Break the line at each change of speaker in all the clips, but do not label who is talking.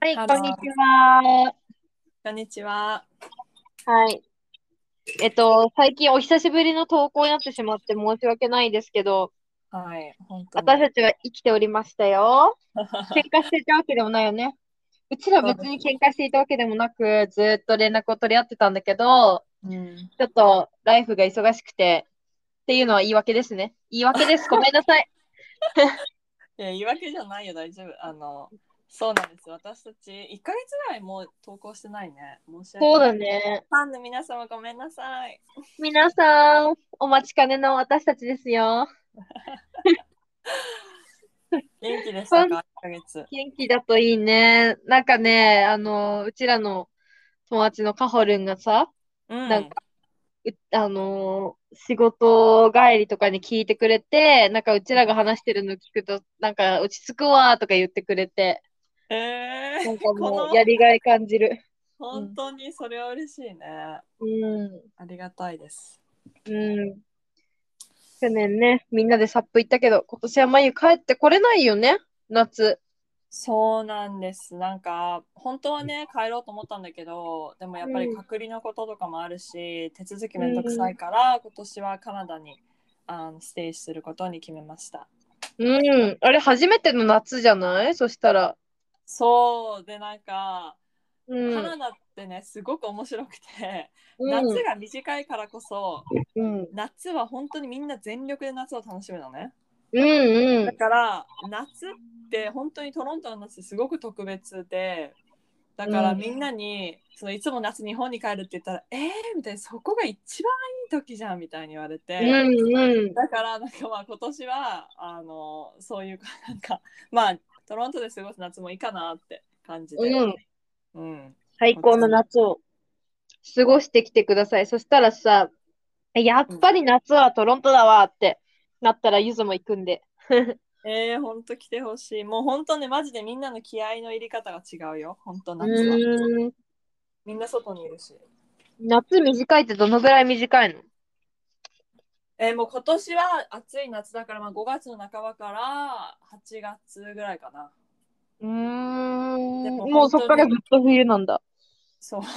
はい、こ
ハ
ん
ロー
にちは。
こんにちは。
はい。えっと、最近お久しぶりの投稿になってしまって申し訳ないですけど、
はい、本当に
私たちは生きておりましたよ。喧嘩していたわけでもないよね。うちら別に喧嘩していたわけでもなく、ずーっと連絡を取り合ってたんだけど、
うん、
ちょっとライフが忙しくて、っていうのは言い訳ですね。言い訳です。ごめんなさい。
いや言い訳じゃないよ、大丈夫。あの、そうなんです。私たち1ヶ月ぐらいもう投稿してないね。申し
そう
訳ない。
だね。
ファンの皆様ごめんなさい。
皆さん、お待ちかねの私たちですよ。
元気でしたか、1ヶ月。
元気だといいね。なんかね、あの、うちらの友達のカホルンがさ、
うん。
なんかうあの、仕事帰りとかに聞いてくれて、なんかうちらが話してるの聞くと、なんか落ち着くわーとか言ってくれて、
え
な
ー、
んかも
こ
う
の
やりがい感じる。
本当にそれは嬉しいね。
うん。
ありがたいです。
うん。去年ね、みんなでサップ行ったけど、今年はまゆ帰ってこれないよね、夏。
そうなんです。なんか本当はね帰ろうと思ったんだけど、でもやっぱ
う
り
ん
隔離のこととかもあるし、手続きめんどくさいから、今年はカナダにあのステイすることに決めました。
うん。あれ、初めての夏じゃないそしたら。
そうでなんか、
うん。
カナダってねすごく面白くて、
うん
夏が短いからこそ
うん。
夏は本当にみんな全力で夏を楽しむのね。
うんうん
だ。から夏って本当にトロントの夏すごく特別でだから
うん
みんなに、そのいつも夏日本に帰るって言ったら「えー!」みたいな「そこが一番いい時じゃん」みたいに言われて、
うんうん。
だからなんかまあ今年はあのそういうなんかまあトロントで過ごす夏もいいかなって感じで、
うん、
うん
最高の夏を過ごしてきてください。そしたらさ、やっぱり夏はトロントだわってなったらゆずも行くんで。
えー、ほんと来てほしいもうほんとねマジでみんなの気合の入り方が違うよほんと夏は、
うん。
みんな外にいるし。
夏短いってどのぐらい短いの
えーもう今年は暑い夏だから、まあ、5月の半ばから8月ぐらいかな。
うーん
でも本当に
もうそっからずっと冬なんだ。
そう。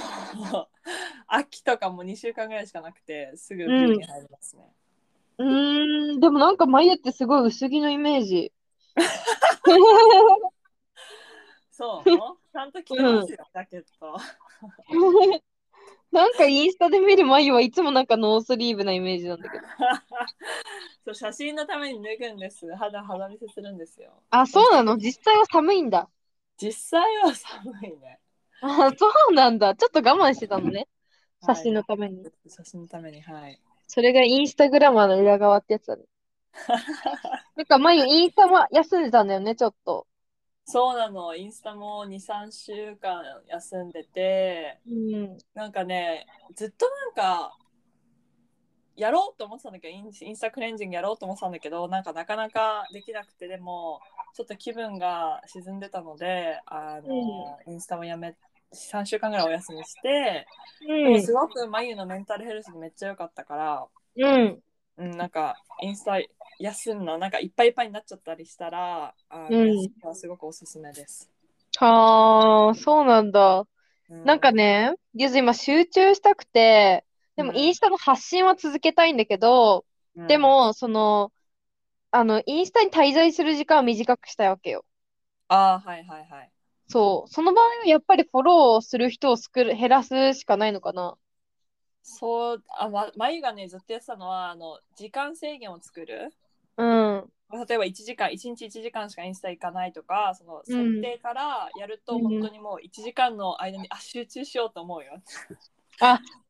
秋とかも2週間ぐらいしかなくて、すぐ冬に入りますね。
うーん、でもなんか眉ってすごい薄着のイメー ジ。
そう。ちゃんと着てますよ、ジャケット。
なんかインスタで見る眉はいつもなんかノースリーブなイメージなんだけど。
そう、写真のために脱ぐんです。肌肌見せするんですよ。
あ、そうなの実際は寒いんだ。
実際は寒いね。
あ、そうなんだ。ちょっと我慢してたのね。
は
写
い
真のために。
写真のために、はい。
それがインスタグラマーの裏側ってやつ だね。なんか前インスタも休んでたんだよね、ちょっと。
そうなの。インスタも2、3週間休んでて、
うん。
なんかねずっとなんかやろうと思ってたんだけどインインスタクレンジングやろうと思ってたんだけどなんかなかなかできなくてでもちょっと気分が沈んでたのであの、インスタもやめ3週間ぐらいお休みして、でもすごく眉のメンタルヘルスにめっちゃ良かったから、
うん。
うん、なんかインスタ休むのなんかいっぱいいっぱいになっちゃったりしたらあの、
うん
インスタはすごくおすすめです。
はあ、そうなんだ。
う
なんかね、ゆず今集中したくて、でも
うん
インスタの発信は続けたいんだけど、
うん
でも、その、あの、インスタに滞在する時間を短くしたいわけよ。
あーはいはいはい。
そう。その場合はやっぱりフォローする人を少る減らすしかないのかな。
そうあ、ま、眉がねずっとやってたのはあの時間制限を作る
うん。
例えば1時間1日1時間しかインスタ行かないとかその
うん
設定からやると
うん
本当にもう1時間の間に、あ集中しようと思うよ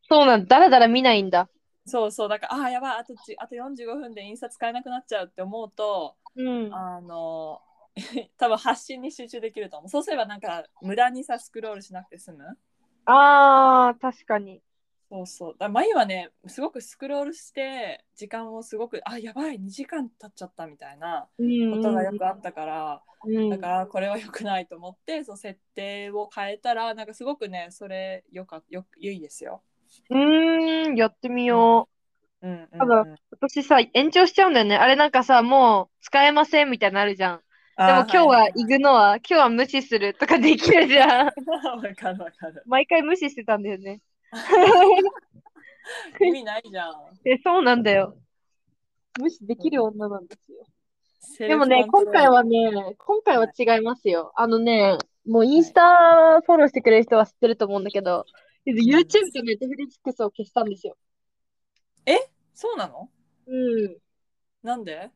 そうなんだ。だらだら見ないんだ。
そうそうだからあーやばいあとじあと45分でインスタ使えなくなっちゃうって思うと
うん。
あの 多分発信に集中できると思うそうすればなんか無駄にさスクロールしなくて済む
ああ、確かに。
そうそう。だ前はね、すごくスクロールして、時間をすごく、あ、やばい、2時間経っちゃったみたいな
うん
ことがよくあったから、
うん
だからこれは良くないと思って、そう設定を変えたら、なんかすごくね、それよかよ良いですよ。
うーん、やってみよ
うんうんうん、
ただう。私さ、延長しちゃうんだよね。あれなんかさ、もう使えませんみたいになるじゃん。
で
でも今日は 行くのは、今日は無視するとかできるじゃん。
わかるわかる。
毎回無視してたんだよね。
意味ないじゃん。
でそうなんだよ。無視できる女なんですよ。で
で
もね、今回はね、今回は違いますよ。あのね、もうインスタフォローしてくれる人は知ってると思うんだけど、YouTube と Netflix を消したんですよ。
そうなの
うん。
なんで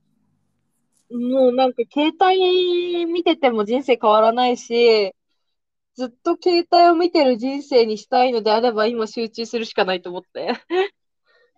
もうなんか携帯見てても人生変わらないし、ずっと携帯を見てる人生にしたいのであれば今集中するしかないと思って。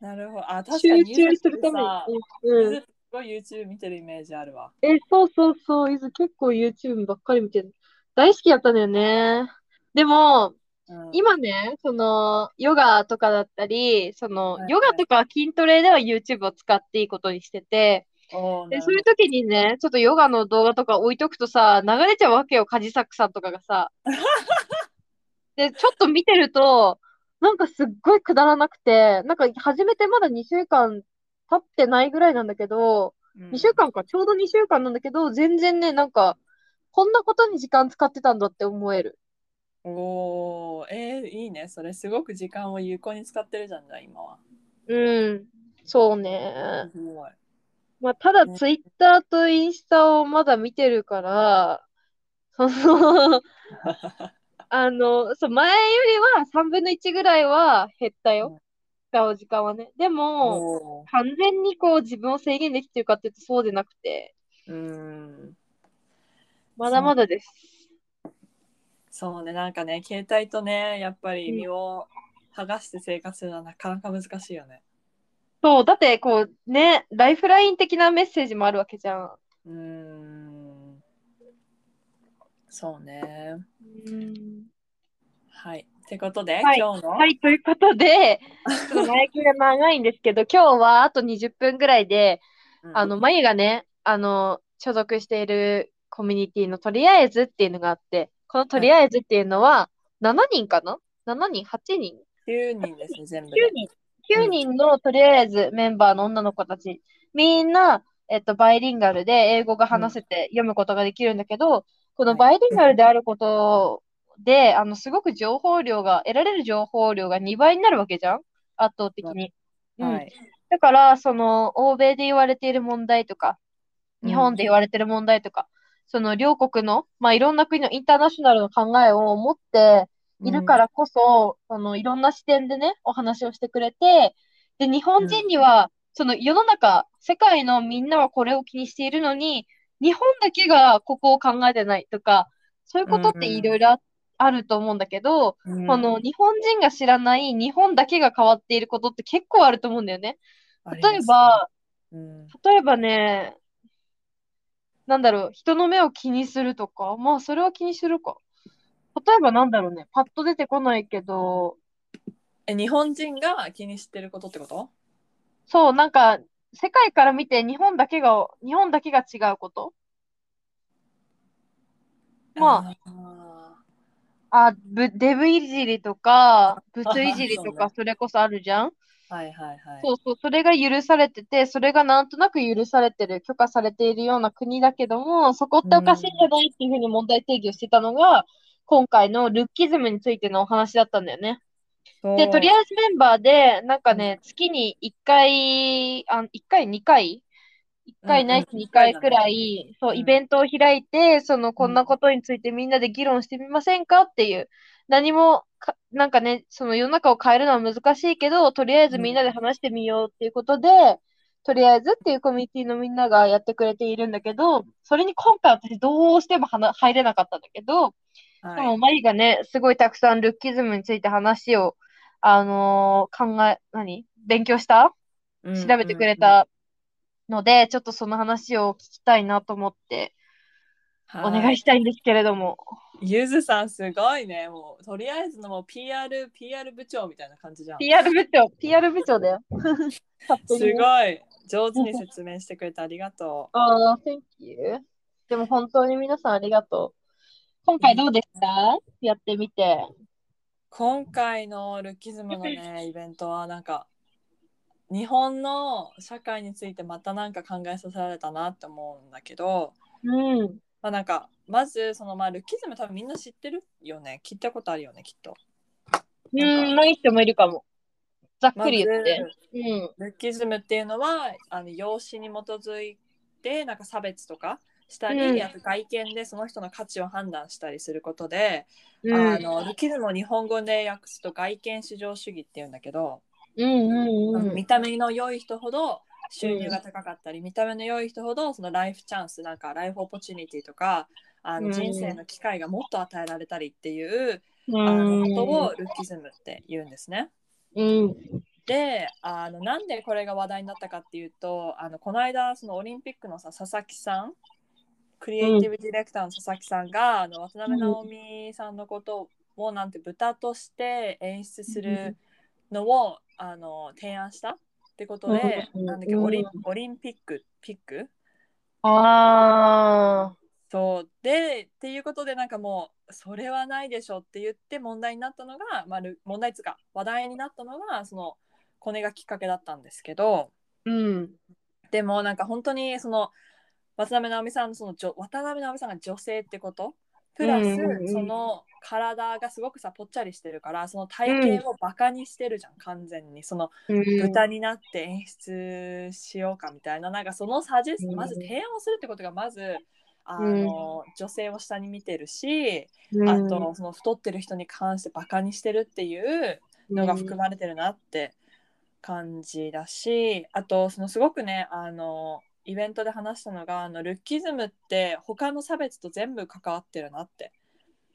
なるほど。あ、確か
集
に
中するために
さ。
うんうん
すごい YouTube 見てるイメージあるわ。
え、そうそうそう。いず結構 YouTube ばっかり見てる。大好きだったんだよね。でも、
うん、
今ね、その、ヨガとかだったり、その
はいは、い
ヨガとか筋トレでは YouTube を使っていいことにしてて、
おー
で、
なる
そういう時にね、ちょっとヨガの動画とか置いとくとさ、流れちゃうわけよ、カジサックさんとかが さ。で、ちょっと見てると、なんかすっごいくだらなくて、なんか始めてまだ2週間経ってないぐらいなんだけど、
ほど
2週間か、ちょうど2週間なんだけど、全然ね、なんか、こんなことに時間使ってたんだって思える。
うんおーえー、いいね。それすごく時間を有効に使ってるじゃん、じゃあ今は。
うん。そうね。
すごい。
まあ、ただ
ね
ツイッターとインスタをまだ見てるから、そ の、あの、そう、前よりは3分の1ぐらいは減った
うん
よ。使う時間はね。でも、
おー
完全にこう自分を制限できてるかっていうとそうでなくて、
うーん。
まだまだです。
そうね、なんかね、携帯とね、やっぱり身を剥がして生活するのはなかなか難しいよね。
そう、だってこうね、ライフライン的なメッセージもあるわけじゃん。
うーん。そうね。はい。ってことで、
はい
今日の、
はい、ということで、ちょっと前置きが長いんですけど、今日はあと20分ぐらいで、
うん
あの、、まゆがね、あの、所属しているコミュニティのとりあえずっていうのがあって、このとりあえずっていうのは、7人かな ?7 人 ?8 人
9人ですね、全部で。
?9 人 ?9 人のとりあえずメンバーの女の子たち、みんな、えっと、バイリンガルで英語が話せて読むことができるんだけど、このバイリンガルであることで、あの、すごく情報量が、得られる情報量が2倍になるわけじゃん圧倒的に。うん
はい。
だから、その、欧米で言われている問題とか、日本で言われている問題とか、その両国の、まあ、いろんな国のインターナショナルの考えを持っているからこそ、そのいろんな視点でね、お話をしてくれて、で、日本人には、その世の中、世界のみんなはこれを気にしているのに、日本だけがここを考えてないとか、そういうことっていろいろああると思うんだけど、
うん、うん
この日本人が知らない日本だけが変わっていることって結構あると思うんだよね。例えば、、
ありますねうん
例えばね、なんだろう、人の目を気にするとか、まあそれは気にするか。例えばなんだろうね、パッと出てこないけど、
え日本人が気にしてることってこと
そう、なんか、世界から見て日本だけが、日本だけが違うことま
あ
あ、あ、ぶ、デブいじりと か、ブツいじりと
そう
か、
ね
それこそあるじゃん
ーはいはいはい。
そうそう、それが許されてて、それがなんとなく許されてる、許可されているような国だけども、そこっておかしいんじゃないっていうふうに問題定義をしてたのが、今回のルッキズムについてのお話だったんだよね。
そう
で、とりあえずメンバーで、なんかね、月に1回、あ、1回、2回 ?1 回ないし
うんうん
2回くらい、そうう、
ん
イベントを開いて、その、こん
う
なんことについてみんなで議論してみませんかっていう、何もか、なんかね、その世の中を変えるのは難しいけど、とりあえずみんなで話してみようっていうことで、とりあえずっていうコミュニティのみんながやってくれているんだけど、それに今回私どうしてもはな入れなかったんだけど、
はい
でも、マリがね、すごいたくさんルッキズムについて話を、あのー考え、何勉強した
うん
調べてくれたので、ちょっとその話を聞きたいなと思って、
うん
お
うん
願いしたいんですけれども。
ゆずさんすごいね。もうとりあえずのもう PR、PR 部長みたいな感じじゃん。
PR 部長、PR 部長だよ。 勝手
す
に
ご
ね
い。上手に説明してくれてありがと
ああ、Thank you。でも本当に皆さんありがとう。今回どうでしたやってみて。
う。今回のルッキズムのね、イベントはなんか、日本の社会についてまたなんか考えさせられたなって思うんだけど、
うん。
まあなんかまずそのまあルッキズム多分みんな知ってるよね聞いたことあるよねきっと。
うーん、ない人もいるかも。ざっくり言って
ま。ず
うん。
ルッキズムっていうのはあの容姿に基づいてなんか差別とかしたり、
うん
あと外見でその人の価値を判断したりすることで、
うん
あのルッキズムを日本語で訳すと外見至上主義っていうんだけど、
うんうん
あ
う
の
ん。
見た目の良い人ほど収入が高かったり、見た目の良い人ほどそのライフチャンスなんかライフオポチュニティとかあ
うん
の人生の機会がもっと与えられたりっていう、
う
あの
ん
ことをルッキズムって言うんですね。
うん。
であのなんでこれが話題になったかっていうとあのこの間そのオリンピックのさ佐々木さんクリエイティブディレクターの佐々木さんが、あの渡辺直美さんのことをなんて豚として演出するのを、あの提案したってことで、
うん
なんだっけ
うん
オリンオリンピックピック
ああ。
そうでっていうことでなんかもうそれはないでしょって言って問題になったのが、まあ、ル問題つうか話題になったのがそのコネがきっかけだったんですけど
うん。
でもなんか本当にその渡辺直美さんのその女渡辺直美さんが女性ってことプラス、
うんうんうん
その体がすごくさぽっちゃりしてるからその体型をバカにしてるじゃん、完全にその豚になって演出しようかみたいななんかそのサジェス
うん
まず提案をするってことがまずあ
うん
の、女性を下に見てるし、
うん、
あとその太ってる人に関してバカにしてるっていうのが含まれてるなって感じだしあとそのすごくねあのイベントで話したのがあのルッキズムって他の差別と全部関わってるなって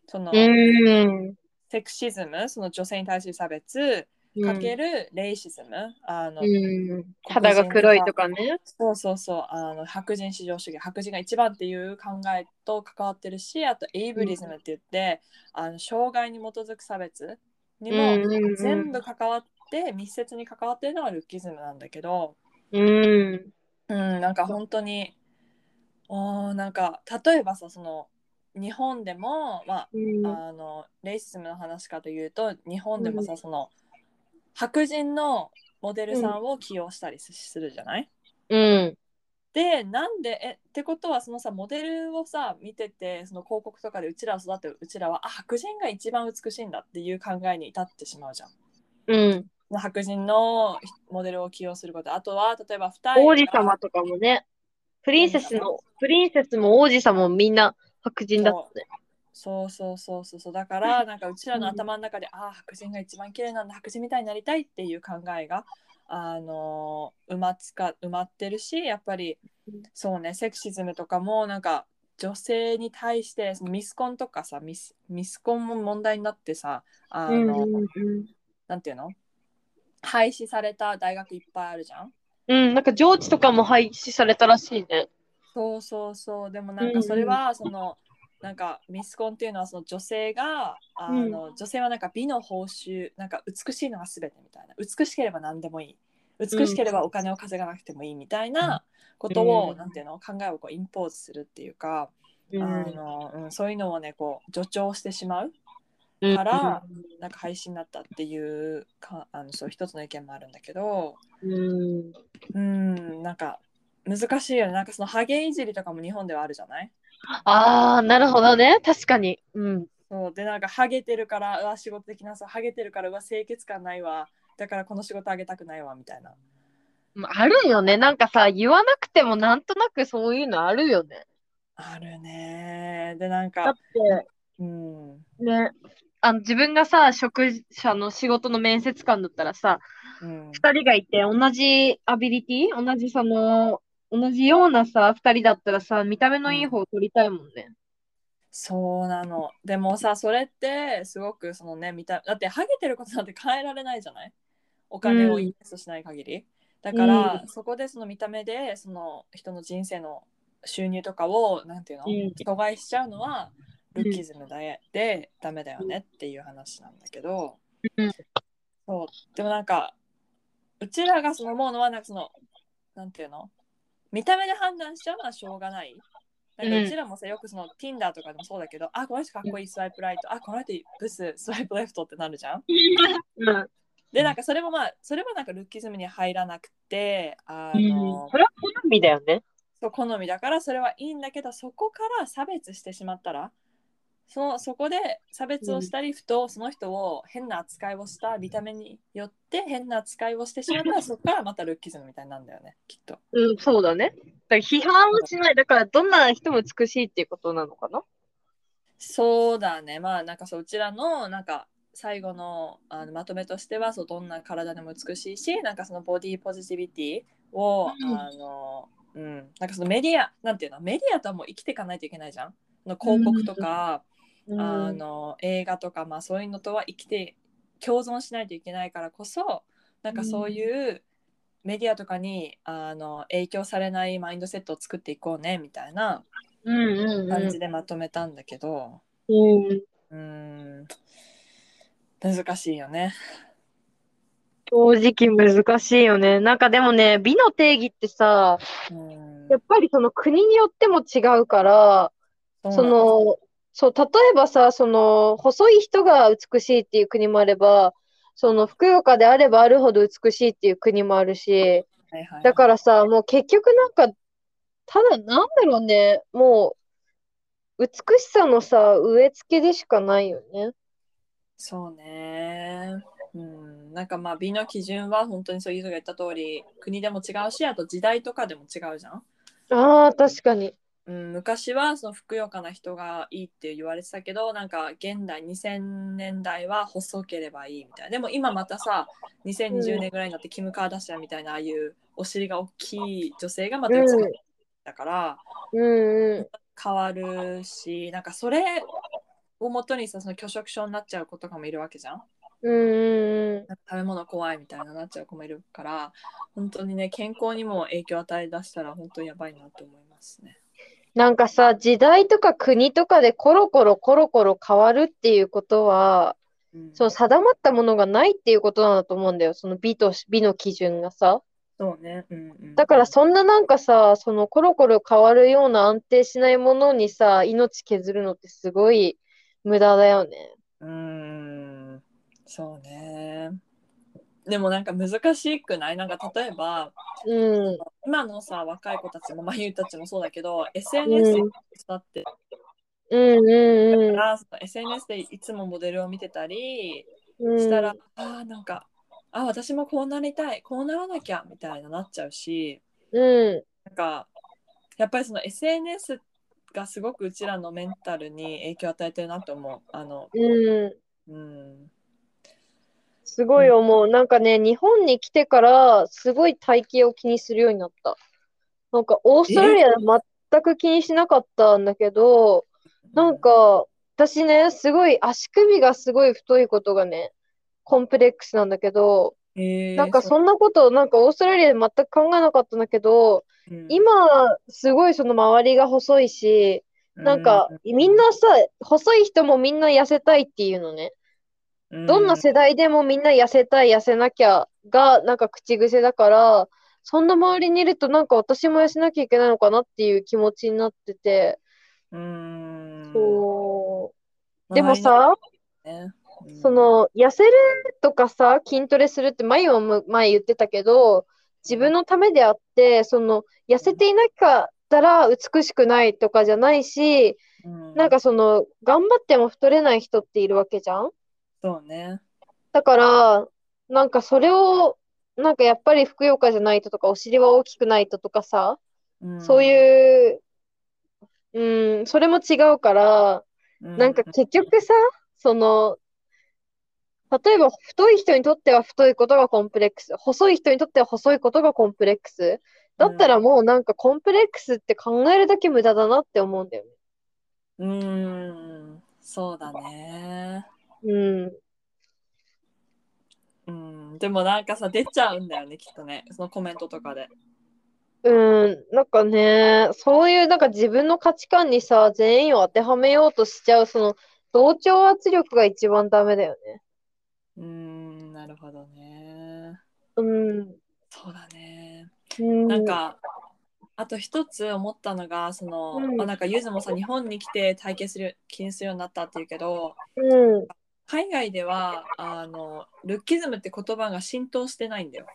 その、
うん。
セクシズムその女性に対する差別かけるレイシズム、あの
うん。肌が黒いとかね。
そうそうそうあの白人至上主義白人が一番っていう考えと関わってるしあとエイブリズムって言って、あの障害に基づく差別にも
うんうんうん
全部関わって、密接に関わってるのがルッキズムなんだけど、
うん。
うん、なんか本当におーなんか例えばさその日本でも、まあ、
うん。
あのレイシズムの話かというと日本でもさ、その白人のモデルさんを起用したりすするじゃない、
うん。
でなんでえってことはそのさモデルをさ見ててその広告とかでうちらを育てるうちらはあ白人が一番美しいんだっていう考えに至ってしまうじゃん。
うん。
その白人のモデルを起用することあとは例えば二人が
王子様とかもね。プリンセスの、プリンセスも王子様もみんな白人だったね。
そうそうそうそうそうだからなんかうちらの頭の中で、ああ白人が一番綺麗なんだ白人みたいになりたいっていう考えが、あのー埋まつか埋まってるしやっぱりそうねセクシズムとかもなんか女性に対してそのミスコンとかさミスミスコンも問題になってさあ
うん
の、
うんうん。
なんていうの廃止された大学いっぱいあるじゃん。
うん、なんか上智とかも廃止されたらしいね。
そうそうそうでもなんかそれはその、なんかミスコンっていうのはその女性があの、女性はなんか美の報酬なんか美しいのが全てみたいな美しければ何でもいい美しければお金を稼がなくてもいいみたいなことを、
うん
なんていうの考えをこうインポーズするっていうか、
う
あ
ん。
のうん、そういうのをねこう助長してしまう
うん
から、なんか配信になったっていうかあのそう一つの意見もあるんだけど。
うん。
うんなんか難しいよねなんかそのハゲいじりとかも日本ではあるじゃない
ああ、なるほどね。確かに。うん。
そうでなんかハゲてるからうわ仕事できなさハゲてるからうわ清潔感ないわだからこの仕事あげたくないわみたいな
あるよね。なんかさ、言わなくてもなんとなくそういうのあるよね。
あるねでなん
だっ
か
て、
うん
ね、あの自分がさ、職者の仕事の面接官だったらさ、
うん
二人がいて同じアビリティ、同じその、同じようなさ、二人だったらさ、見た目のいい方を取りたいもんね。
そうなのでもさそれってすごくそのね見ただってハゲてることなんて変えられないじゃないお金をインベストしない限り、だから、そこでその見た目でその人の人生の収入とかをなんていうの、
うん
阻害しちゃうのはルッキズムだえでダメだよねっていう話なんだけど、
うん
そうでもなんかうちらがその思うのはなんかそのなんていうの見た目で判断しちゃうのはしょうがない。なんか
うん
うちらもさ、よくその Tinder とかでもそうだけど、あ、この人かっこいいスワイプライト、あ、この人ブススワイプレフトってなるじゃん。
うん。
で、なんかそれもまあ、それもなんかルッキズムに入らなくて、あ
うん
の、
それは好みだよね。
そう好みだからそれはいいんだけどそこから差別してしまったらそのそこで差別をしたりふとその人を変な扱いをした見た目によって変な扱いをしてしまったらそこからまたルッキズムみたいになるんだよねきっと。
うん、そうだね。だから批判をしない。だから、どんな人も美しいっていうことなのかな
そうだねまあなんかそううちらのなんか最後のあのまとめとしてはそうどんな体でも美しいしなんかそのボディポジティビティを、
うん
あのうんなんかそのメディアなんていうのメディアとはもう生きていかないといけないじゃんの広告とか、あの映画とかまあそういうのとは生きて共存しないといけないからこそなんかそういうメディアとかにあの影響されないマインドセットを作っていこうねみたいな
うんうんうん
感じでまとめたんだけど。
うん。
うーん難しいよね。
正直難しいよね。なんかでもね、美の定義ってさ、
うーん
やっぱりその国によっても違うから、そ、の、そう、例えばさ、その、細い人が美しいっていう国もあれば、その、ふくよかであればあるほど美しいっていう国もあるし、
はいはい、
だかららさ、もう結局なんか、ただなんだろうね、もう、美しさのさ、植え付けでしかないよね。
そうね。うん、なんかまあ美の基準は本当にそういう人が言った通り国でも違うしあと時代とかでも違うじゃん、
ああ、確かに。
うん、昔はそのふくよかな人がいいって言われてたけどなんか現代2000年代は細ければいいみたいなでも今またさ2020年ぐらいになってキム・カーダシアンみたいなああいうお尻が大きい女性がまた美しいだから、
うんう
変わるしなんかそれをもとにさその拒食症になっちゃう子とかもいるわけじゃん
ん。うんうん
なんか食べ物怖いみたいななっちゃう子もいるから本当にね健康にも影響を与え出したら本当にやばいなと思いますね
なんかさ、時代とか国とかでコロコロコロコロ変わるっていうことは、
うん
その定まったものがないっていうことなんだと思うんだよ。その美とし美の基準がさ。
そうねうんうん
だからそんななんかさ、そのコロコロ変わるような安定しないものにさ、命削るのってすごい無駄だよね。
うんそうねでもなんか難しくないなんか例えば
うん。
今のさ若い子たちもまあゆうたちもそうだけど
う
SNS で
ん。
育って
うんうん
るから、その SNS でいつもモデルを見てたり
うん。
したら、
うん。
あーなんかあー私もこうなりたいこうならなきゃみたいななっちゃうし
うん。
なんかやっぱりその SNS がすごくうちらのメンタルに影響を与えてるなと思うあの
うん。
うん
すごい思う。なんかね、日本に来てから、すごい体型を気にするようになった。なんか、オーストラリアで全く気にしなかったんだけど、なんか、私ね、すごい足首がすごい太いことがね、コンプレックスなんだけど、
えー
なんか
う
そんなこと、なんかオーストラリアで全く考えなかったんだけど、
うん
今、すごいその周りが細いし、なんか、みんなさ、細い人もみんな痩せたいっていうのね。どんな世代でもみんな痩せたい、痩せなきゃが、なんか口癖だから、そんな周りにいると、なんか私も痩せなきゃいけないのかなっていう気持ちになってて、
うん
そうう。でもさ、
周りのねうん
その、痩せるとかさ、筋トレするって前はむ、前言ってたけど、自分のためであって、その、痩せていなかったら美しくないとかじゃないし、
うん
なんかその、頑張っても太れない人っているわけじゃん
そうね
だから、なんかそれを、なんかやっぱりふくよかじゃないととか、お尻は大きくないととかさ、そう
う
いう、うん、それも違うから、なんか結局さ、その、例えば太い人にとっては太いことがコンプレックス、細い人にとっては細いことがコンプレックス。だったらもうなんかコンプレックスって考えるだけ無駄だなって思うんだよね。
うんうんそうだね
うん。
うんでもなんかさ出ちゃうんだよねきっとねそのコメントとかで
うん、なんかね、そういうなんか自分の価値観にさ、全員を当てはめようとしちゃう、その同調圧力が一番ダメだよね。
うーんなるほどね
うん。
そうだね
うん。
なんか、あと一つ思ったのがその、
うん
まあ、なんかゆずもさ日本に来て体験する気にするようになったっていうけど
うん。
海外ではあのルッキズムって言葉が浸透してないんだよ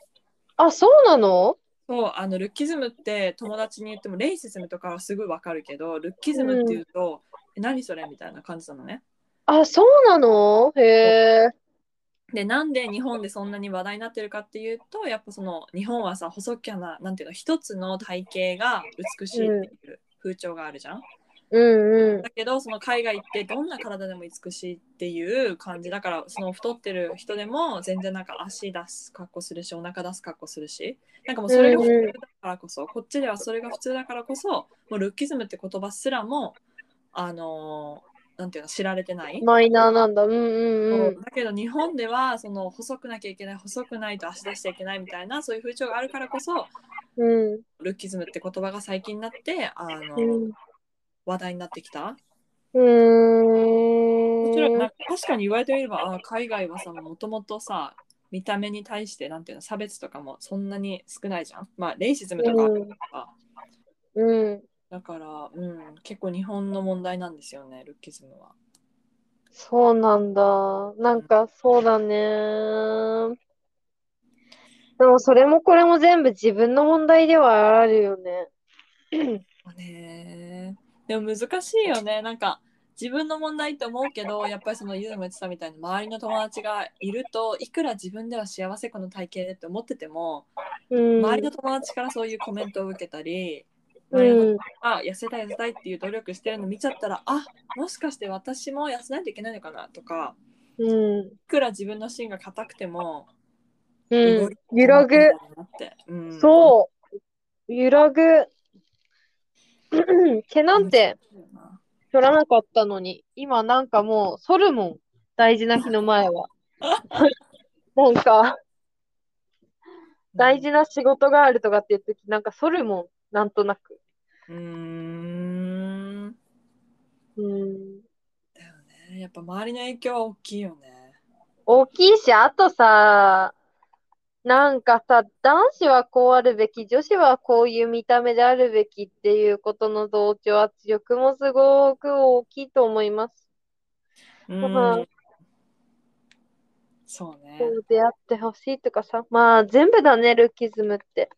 あ、そうなの
そうあのルッキズムって友達に言ってもレイシズムとかはすぐわかるけどルッキズムっていうと、え何それみたいな感じなのね。
あ、そうなのへえ。
でなんで日本でそんなに話題になってるかっていうとやっぱその日本はさ細きゃななんていうの一つの体型が美しいっていう風潮があるじゃん。
うんうん。
だけどその海外行ってどんな体でも美しいっていう感じだからその太ってる人でも全然なんか足出す格好するしお腹出す格好するしなんかもうそれが普通だからこそこっちではそれが普通だからこそもうルッキズムって言葉すらもあのーなんていうの知られてない。
マイナーなんだ。うんうんうん。
だけど日本ではその細くなきゃいけない細くないと足出しちゃいけないみたいなそういう風潮があるからこそ
うん。
ルッキズムって言葉が最近になってあの、
うん
話題になってきた
うーん
もちろんなんか確かに言われてみればあー海外はさもともとさ見た目に対してなんていうの差別とかもそんなに少ないじゃんまあレイシズムとかあるから、
うん。
だから、うん、結構日本の問題なんですよねルッキズムは。
そうなんだ。なんか、そうだね。でも、それもこれも全部自分の問題ではあるよね。
ねでも難しいよねなんか自分の問題って思うけどやっぱりそのゆずも言ってたみたいに周りの友達がいるといくら自分では幸せこの体型でって思ってても
うん。
周りの友達からそういうコメントを受けたり周りの
うん。
あ痩せたい痩せたいっていう努力してるの見ちゃったらあもしかして私も痩せないといけないのかなとか
うん。
いくら自分の芯が硬くても
う
動
ん
いて。
揺らぐ。
なって、うん、
そう。揺らぐ。 毛なんて取らなかったのに、今なんかもう剃るもん。大事な日の前は。 なんか、大事な仕事があるとかっていう時、なんか剃るもん。なんとなく。
うん
うん。
だよねやっぱ周りの影響は大きいよね
大きいし、あとさ、なんかさ、男子はこうあるべき、女子はこういう見た目であるべきっていうことの同調圧力もすごく大きいと思います。
うんそうね
こう出会ってほしいとかさ、まあ全部だね、ルッキズムって。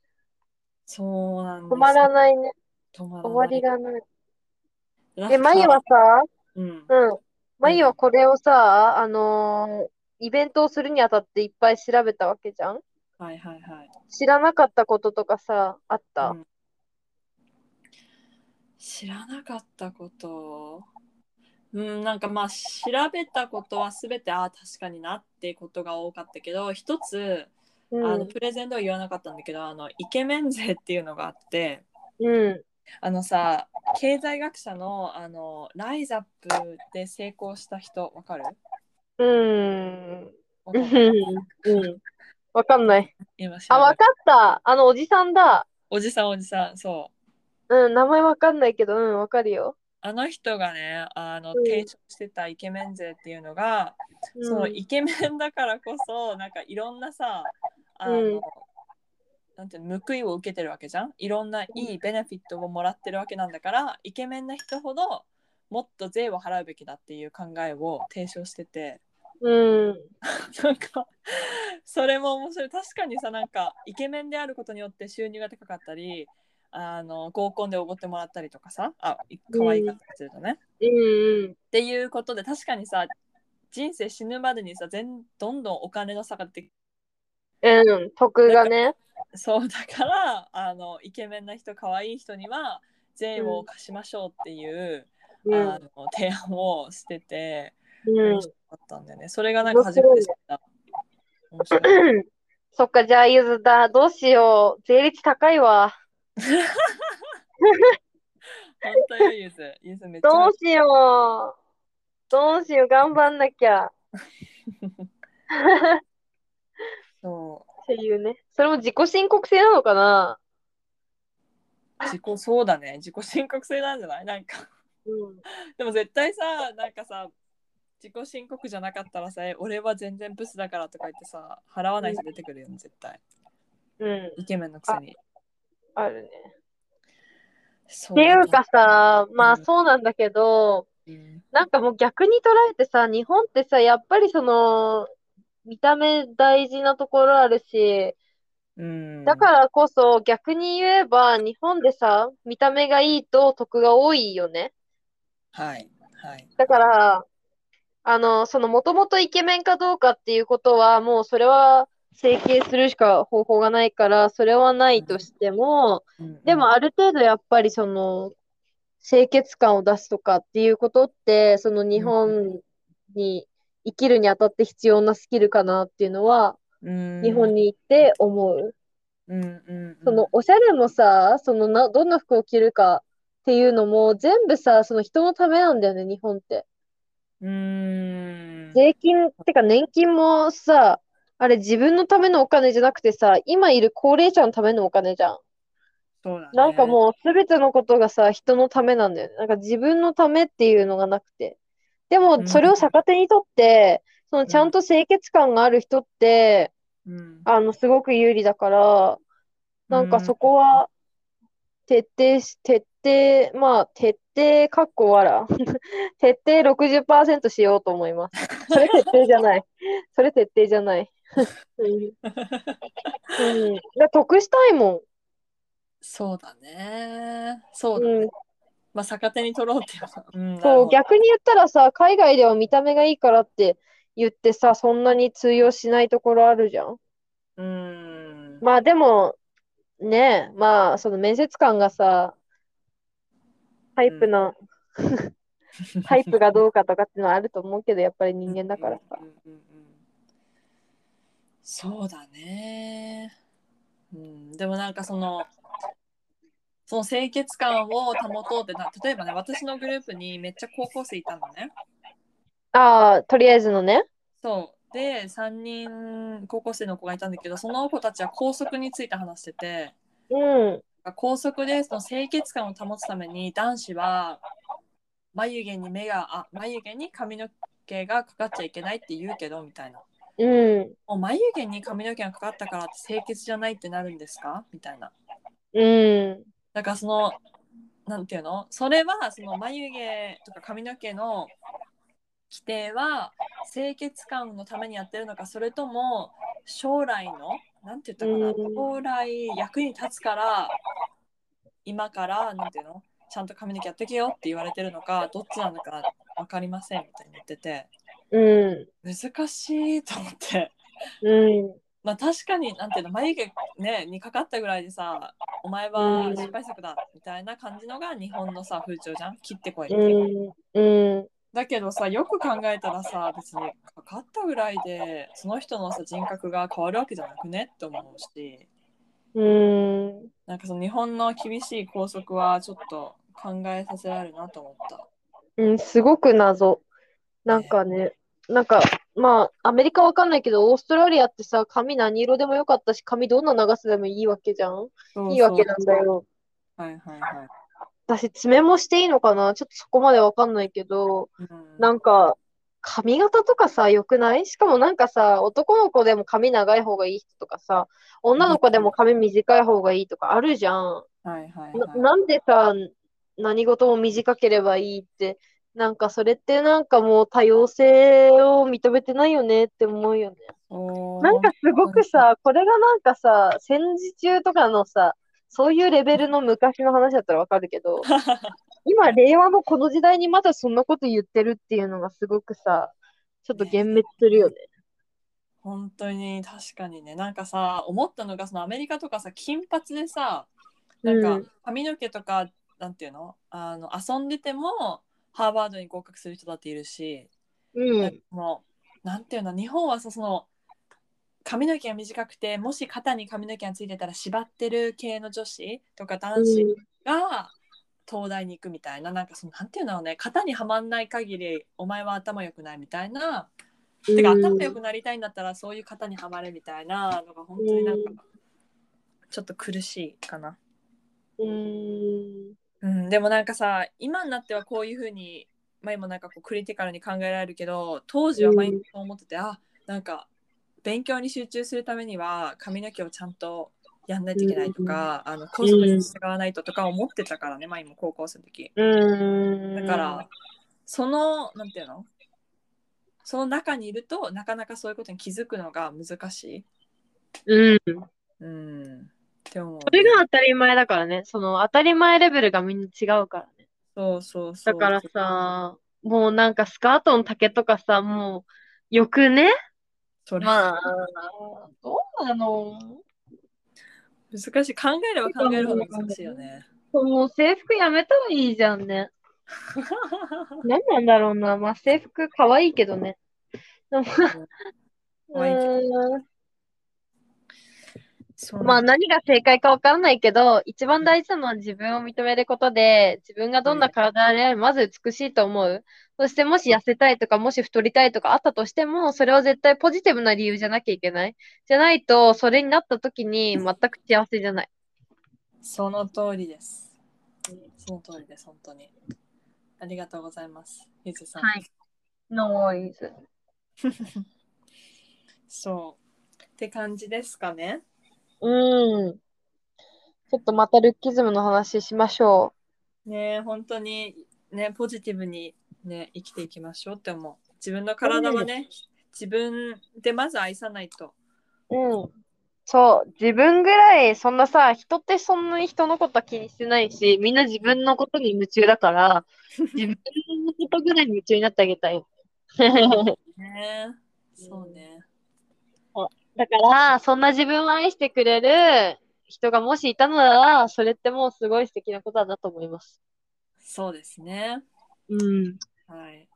そうなんです
止まらないね、
止まらない
終わりがない。
なんか
え、まゆはさ、
うん
うん、まゆはこれをさ、あのーイベントをするにあたっていっぱい調べたわけじゃん
はいはいはい
知らなかったこととかさ、あっ
う
た
ん知らなかったことうんなんかまあ調べたことは全てああ確かになってことが多かったけど一つ
う
あの
ん、
プレゼンでは言わなかったんだけど、あのイケメン税っていうのがあって
うん、
あのさ経済学者のあのライザップで成功した人わかる
うん。
わかんない
うん。わかんない。
今調
あ、わ
べ
かった。あの、おじさんだ。
おじさんおじさんそう
うん、名前わかんないけど、うん、わかるよ。
あの人がねあの
うん
提唱してたイケメン税っていうのが、そのイケメンだからこそなんかいろんなさあ
う
の、
ん
なんていうの報いを受けてるわけじゃんいろんないいベネフィットをもらってるわけなんだからイケメンな人ほどもっと税を払うべきだっていう考えを提唱してて
うん、
なんかそれも面白い確かにさなんかイケメンであることによって収入が高かったりあの合コンでおごってもらったりとかさあい可愛いかったりするとね、
うん、
っていうことで確かにさ人生死ぬまでにさ全どんどんお金の差ができ
うん、うん、得がね。
そうだからあのイケメンな人可愛い人には税を貸しましょうっていう、
うん
あ、の提案をしてて、
うん
面。白かったんだよねそれがなんか初めて知った面白い
そっか、じゃあ、ゆずだ。どうしよう。税率高いわ。
本当よゆずゆずめっ
ど
ちゃ
うしよう。どうしよう。頑張んなきゃ。 っ
そう
ていうね。それも自己申告制なのかな
自己そうだね自己申告制なんじゃないなんか
うん。
でも絶対さなんかさ自己申告じゃなかったらさえ俺は全然ブスだからとか言ってさ払わない人出てくるよね絶対
うん。
イケメンのくせに
あるね。
そ
っていうかさ、まあ
うん
そうなんだけど、
うん
なんかもう逆に捉えてさ、日本ってさ、やっぱりその、見た目大事なところあるし、
うん。
だからこそ逆に言えば日本でさ、見た目がいいと得が多いよね。
ら。はい。はい。
だから、あの、そのもともとイケメンかどうかっていうことはもうそれは整形するしか方法がないから、それはないとしても、
うん
でも、ある程度やっぱりその清潔感を出すとかっていうことって、その日本に生きるにあたって必要なスキルかなっていうのは
うん、
日本に行って思う。
うん、うん、
そのおしゃれもさ、そのな、どんな服を着るかっていうのも全部さ、その人のためなんだよね、日本って。
うん、
税金、てか年金もさ、あれ自分のためのお金じゃなくてさ、今いる高齢者のためのお金じゃん。
そうだね。
なんかもう全てのことがさ、人のためなんだよね。なんか自分のためっていうのがなくて。で
う
も
ん
それを逆手にとって、そのちゃんと清潔感がある人って、
うん、
あの、すごく有利だから、なんかそこは、徹底し、徹底、まあ、徹底、かっこわら。 徹底60%しようと思います。それ徹底じゃない。それ徹底じゃない。 うん。うん。だから得したいも
そうだね。そ
ん。
うだね。
うん。
まあ、逆手に取ろうっていうか。うん、なる
そ
ほ
う、
ど
逆に言ったらさ、海外では見た目がいいからって言ってさ、そんなに通用しないところあるじゃん。
うん。
まあでも、ねえ、まあ、その面接官がさ、タイプな、タイプがどうかとかっていうのはあると思うけど、やっぱり人間だからさ
う。んうんうんうん。そうだね。うん、でもなんかその、その清潔感を保とうってな、例えばね、私のグループにめっちゃ高校生いたのね。
ああ、とりあえずのね。
そう。で、3人高校生の子がいたんだけど、その子たちは校則について話してて、
うん。
校則でその清潔感を保つために男子は眉毛に目が、あ、眉毛に髪の毛がかかっちゃいけないって言うけど、みたいな。
うん。
もう眉毛に髪の毛がかかったからって清潔じゃないってなるんですかみたいな。
うん。
だからそのなんていうのそれはその眉毛とか髪の毛の規定は清潔感のためにやってるのかそれとも将来のなんて言ったか
う
な、
ん
将来役に立つから今からなんていうのちゃんと髪の毛やってけよって言われてるのかどっちなのか分かりませんみたいに言ってて
うん。
難しいと思って。
うん。
まあ確かになんていうの眉毛ねにかかったぐらいでさお前は失敗作だみたいな感じのが日本のさ風潮じゃん切ってこい、
うん。うん。
だけどさよく考えたらさ別にかかったぐらいでその人のさ人格が変わるわけじゃなくねって思うし
うん。
なんかその日本の厳しい校則はちょっと考えさせられるなと思った
うん。すごく謎。なんかね、なんか、まあ、アメリカわかんないけど、オーストラリアってさ、髪何色でもよかったし、髪どんな長さでもいいわけじゃん。いいわけなんだよ。
はいはいはい、
私、爪もしていいのかなちょっとそこまでわかんないけど、
うん、
なんか、髪型とかさ、良くないしかもなんかさ、男の子でも髪長い方がいい人とかさ、女の子でも髪短い方がいいとかあるじゃん。
はいはい
な、
はい
なんでさ、何事も短ければいいって、なんかそれってなんかもう多様性を認めてないよねって思うよね。
おー
なんかすごくさ、これがなんかさ、戦時中とかのさ、そういうレベルの昔の話だったらわかるけど、今、令和のこの時代にまだそんなこと言ってるっていうのがすごくさ、ちょっと幻滅するよね。
本当に確かにねなんかさ思ったのがそのアメリカとかさ金髪でさなん
う
か
ん
髪の毛とか、なんていうのあの遊んでてもハーバードに合格する人だっているし、
うん
なんか、そのなんていうの日本はさその髪の毛が短くてもし肩に髪の毛がついてたら縛ってる系の女子とか男子が東大に行くみたいななんかそのなんていうのね肩にはまんない限りお前は頭良くないみたいな
うん
てか
うん
頭良くなりたいんだったらそういう方にはまれみたいなのが本当になんか
う
ちょっと苦しいかな、
うん
うん、でもなんかさ今になってはこういうふうに前もなんかこうクリティカルに考えられるけど当時は毎日そう思ってて、あなんか勉強に集中するためには髪の毛をちゃんとやんないといけないとか、あの校則に従わないととか思ってたからね前も高校生の時。
うん
だから、そのなんていうのその中にいるとなかなかそういうことに気づくのが難しい
うん
うん。って思う。
それが当たり前だからね。その当たり前レベルがみんな違うからね。
そうそうそ
だ
う。
からさ、もうなんかスカートの丈とかさ、もう、よくね
それ、
まあ、どうなの
難しい。考えれば考えるほど難しいよ ね。
もう制服やめたらいいじゃんね。何なんだろうな。まあ制服可愛いけどね。でも
可愛いけど
う
そ
ー
うん
まあ何が正解かわからないけど、一番大事なのは自分を認めることで、自分がどんな体であれまず美しいと思う。そしてもし痩せたいとか、もし太りたいとかあったとしても、それは絶対ポジティブな理由じゃなきゃいけない。じゃないと、それになった時に全く幸せじゃない。
その通りです。その通りです、本当に。ありがとうございます。ゆずさん。
い。ノーイズ。
そう。って感じですかね。
うん。ちょっとまたルッキズムの話しましょ
ねえ本当に、ね、ポジティブに、ね、生きていきましょうって思う。自分の体はね、自分でまず愛さないと。
う。うん。そう、自分ぐらい、そんなさ、人ってそんなに人のことは気にしてないし、みんな自分のことに夢中だ から、自分のことぐらいに夢中になってあげたい。
ねそうね。
だから、そんな自分を愛してくれる人がもしいたのなら、それってもうすごい素敵なことだなと思います。
そうですね。
うん。
はい。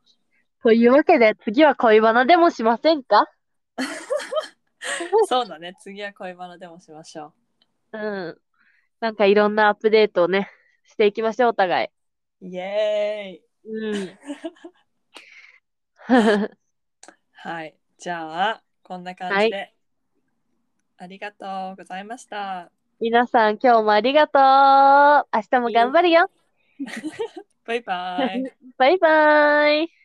というわけで、次は恋バナでもしません か
そうだね。次は恋バナでもしましょ
うん。なんかいろんなアップデートをね、していきましょう、お互い。
う。イエーイ。
うん。
はい。じゃあ、こんな感じで。ありがとうございました。
皆さん、今日もありがとう。明日も頑張るよ。
バイバイ。
バイバイ。